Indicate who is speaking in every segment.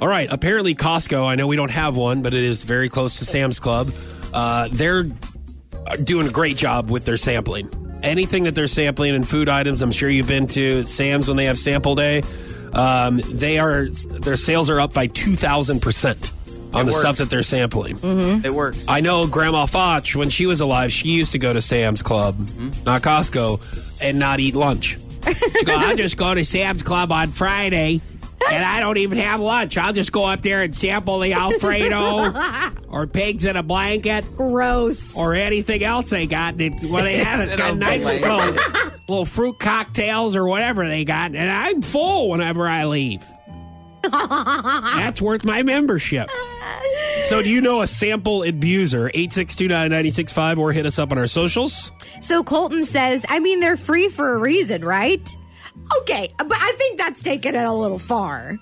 Speaker 1: All right. Apparently, Costco. I know we don't have one, but it is very close to Sam's Club. Uh, they're doing a great job with their sampling. Anything that they're sampling and food items, I'm sure you've been to Sam's when they have sample day. Um, they are their sales are up by two thousand percent on
Speaker 2: It
Speaker 1: the stuff
Speaker 2: works.
Speaker 1: that they're sampling.
Speaker 2: It works.
Speaker 1: I know Grandma Foch, when she was alive, she used to go to Sam's Club, not Costco, and not eat lunch. She'd go, I'll just go to Sam's Club on Friday, and I don't even have lunch. I'll just go up there and sample the Alfredo or pigs in a blanket
Speaker 3: Gross.
Speaker 1: or anything else they got. They, well, they had
Speaker 2: Sit
Speaker 1: a, a
Speaker 2: on the
Speaker 1: nice
Speaker 2: blanket.
Speaker 1: little, little fruit cocktails or whatever they got, and I'm full whenever I leave. That's worth my membership. So, do you know a sample abuser? 8629965 or hit us up on our socials?
Speaker 3: So Colton says, I mean, they're free for a reason, right? Okay, but I think that's taking it a little far.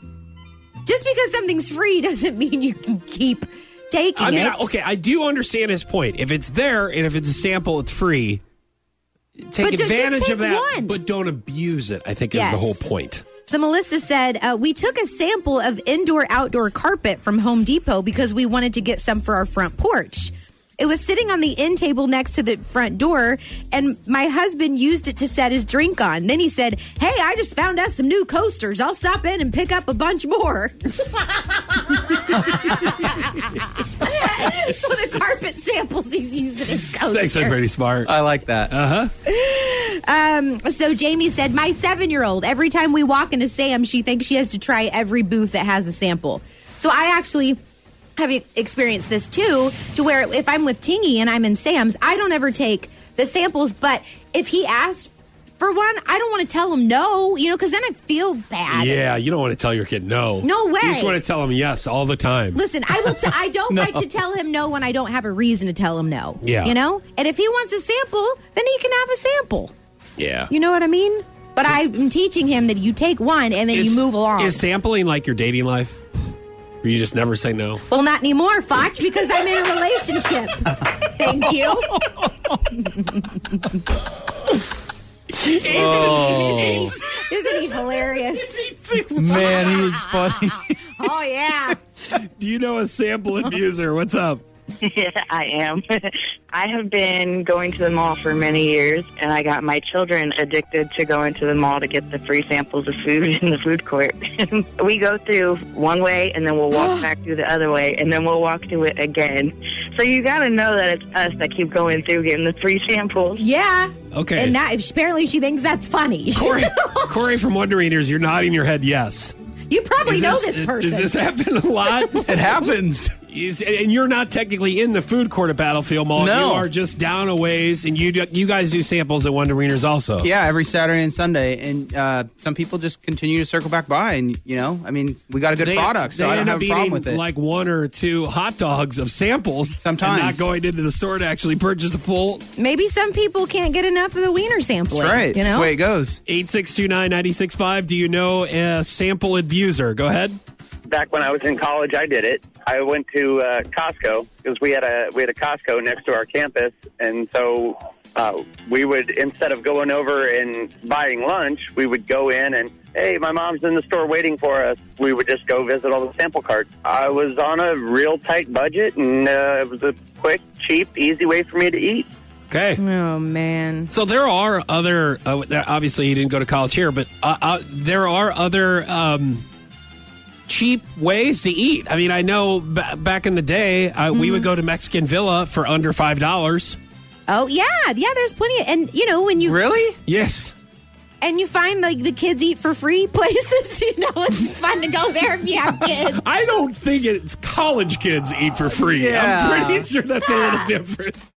Speaker 3: Just because something's free doesn't mean you can keep taking
Speaker 1: I mean,
Speaker 3: it.
Speaker 1: I- okay, I do understand his point. If it's there and if it's a sample, it's free. Take
Speaker 3: But ju- just
Speaker 1: advantage
Speaker 3: take
Speaker 1: of that,
Speaker 3: one.
Speaker 1: but don't abuse it, I think is
Speaker 3: Yes.
Speaker 1: the whole point.
Speaker 3: So Melissa said, uh, We took a sample of indoor outdoor carpet from Home Depot because we wanted to get some for our front porch. It was sitting on the end table next to the front door, and my husband used it to set his drink on. Then he said, Hey, I just found us some new coasters. I'll stop in and pick up a bunch more. so the carpet samples he's using as coasters.
Speaker 1: Thanks, I'm pretty smart.
Speaker 2: I like that.
Speaker 1: Uh,
Speaker 3: Um, so Jamie said, My seven year old, every time we walk into Sam, she thinks she has to try every booth that has a sample. So I actually have e- experienced this too, to where if I'm with Tingy and I'm in Sam's, I don't ever take the samples, but if he asks for one, I don't want to tell him no, you know, because then I feel bad.
Speaker 1: Yeah, you don't want to tell your kid no.
Speaker 3: No way.
Speaker 1: You just want to tell him yes all the time.
Speaker 3: Listen, I will. T- I don't like to tell him no when I don't have a reason to tell him no.
Speaker 1: Yeah.
Speaker 3: you know. And if he wants a sample, then he can have a sample.
Speaker 1: Yeah.
Speaker 3: You know what I mean? But I'm teaching him that you take one and then you
Speaker 1: Is-
Speaker 3: move along.
Speaker 1: Is sampling like your dating life? Where you just never say no?
Speaker 3: well, not anymore, Foch, because I'm in a relationship. Thank you.
Speaker 1: Oh.
Speaker 3: isn't, he, isn't he hilarious?
Speaker 2: Man, he is funny.
Speaker 3: Oh, yeah.
Speaker 1: Do you know a sample abuser? What's up?
Speaker 4: Yeah, I am. I have been going to the mall for many years, and I got my children addicted to going to the mall to get the free samples of food in the food court. we go through one way, and then we'll walk back through the other way, and then we'll walk through it again. So you got to know that it's us that keep going through getting the free samples.
Speaker 3: Yeah.
Speaker 1: Okay.
Speaker 3: And that, apparently she thinks that's funny.
Speaker 1: Corey, Corey from Wonder Eaters, you're nodding your head yes.
Speaker 3: You probably
Speaker 1: Is
Speaker 3: know this, person.
Speaker 1: Does this happen a lot?
Speaker 2: It happens.
Speaker 1: Is- and you're not technically in the food court at Battlefield Mall.
Speaker 2: No.
Speaker 1: You are just down a ways, and you do, you guys do samples at Wonder Eaters also.
Speaker 2: Yeah, every Saturday and Sunday, and uh, some people just continue to circle back by, and you know, I mean, we got a good
Speaker 1: They-
Speaker 2: product, so
Speaker 1: they
Speaker 2: I
Speaker 1: end
Speaker 2: don't
Speaker 1: up
Speaker 2: have a problem
Speaker 1: eating
Speaker 2: with it.
Speaker 1: Like one or two hot dogs of samples. and not
Speaker 2: Sometimes.
Speaker 1: going into the store to actually purchase a full
Speaker 3: Maybe some people can't get enough of the wiener sample.
Speaker 2: That's right.
Speaker 3: You
Speaker 2: That's
Speaker 3: know?
Speaker 2: the way it goes.
Speaker 1: Eight six two nine ninety six five. Do you know a sample abuser? Go ahead.
Speaker 5: back when I was in college, I did it. I went to uh, Costco because we had a we had a Costco next to our campus, and so uh, we would instead of going over and buying lunch, we would go in and hey, my mom's in the store waiting for us. We would just go visit all the sample carts. I was on a real tight budget, and uh, it was a quick, cheap, easy way for me to eat.
Speaker 1: Okay.
Speaker 3: Oh, man.
Speaker 1: So there are other. Uh, obviously, he didn't go to college here, but uh, uh, there are other um, cheap ways to eat. I mean, I know ba back in the day, uh, we would go to Mexican Villa for under five dollars.
Speaker 3: Oh, yeah. Yeah, there's plenty. Of, and, you know, when you
Speaker 2: Really?
Speaker 1: Yes.
Speaker 3: and you find like the kids eat for free places. You know, it's fun to go there if you have kids.
Speaker 1: I don't think it's college kids eat for free.
Speaker 2: Yeah.
Speaker 1: I'm pretty sure that's a little different.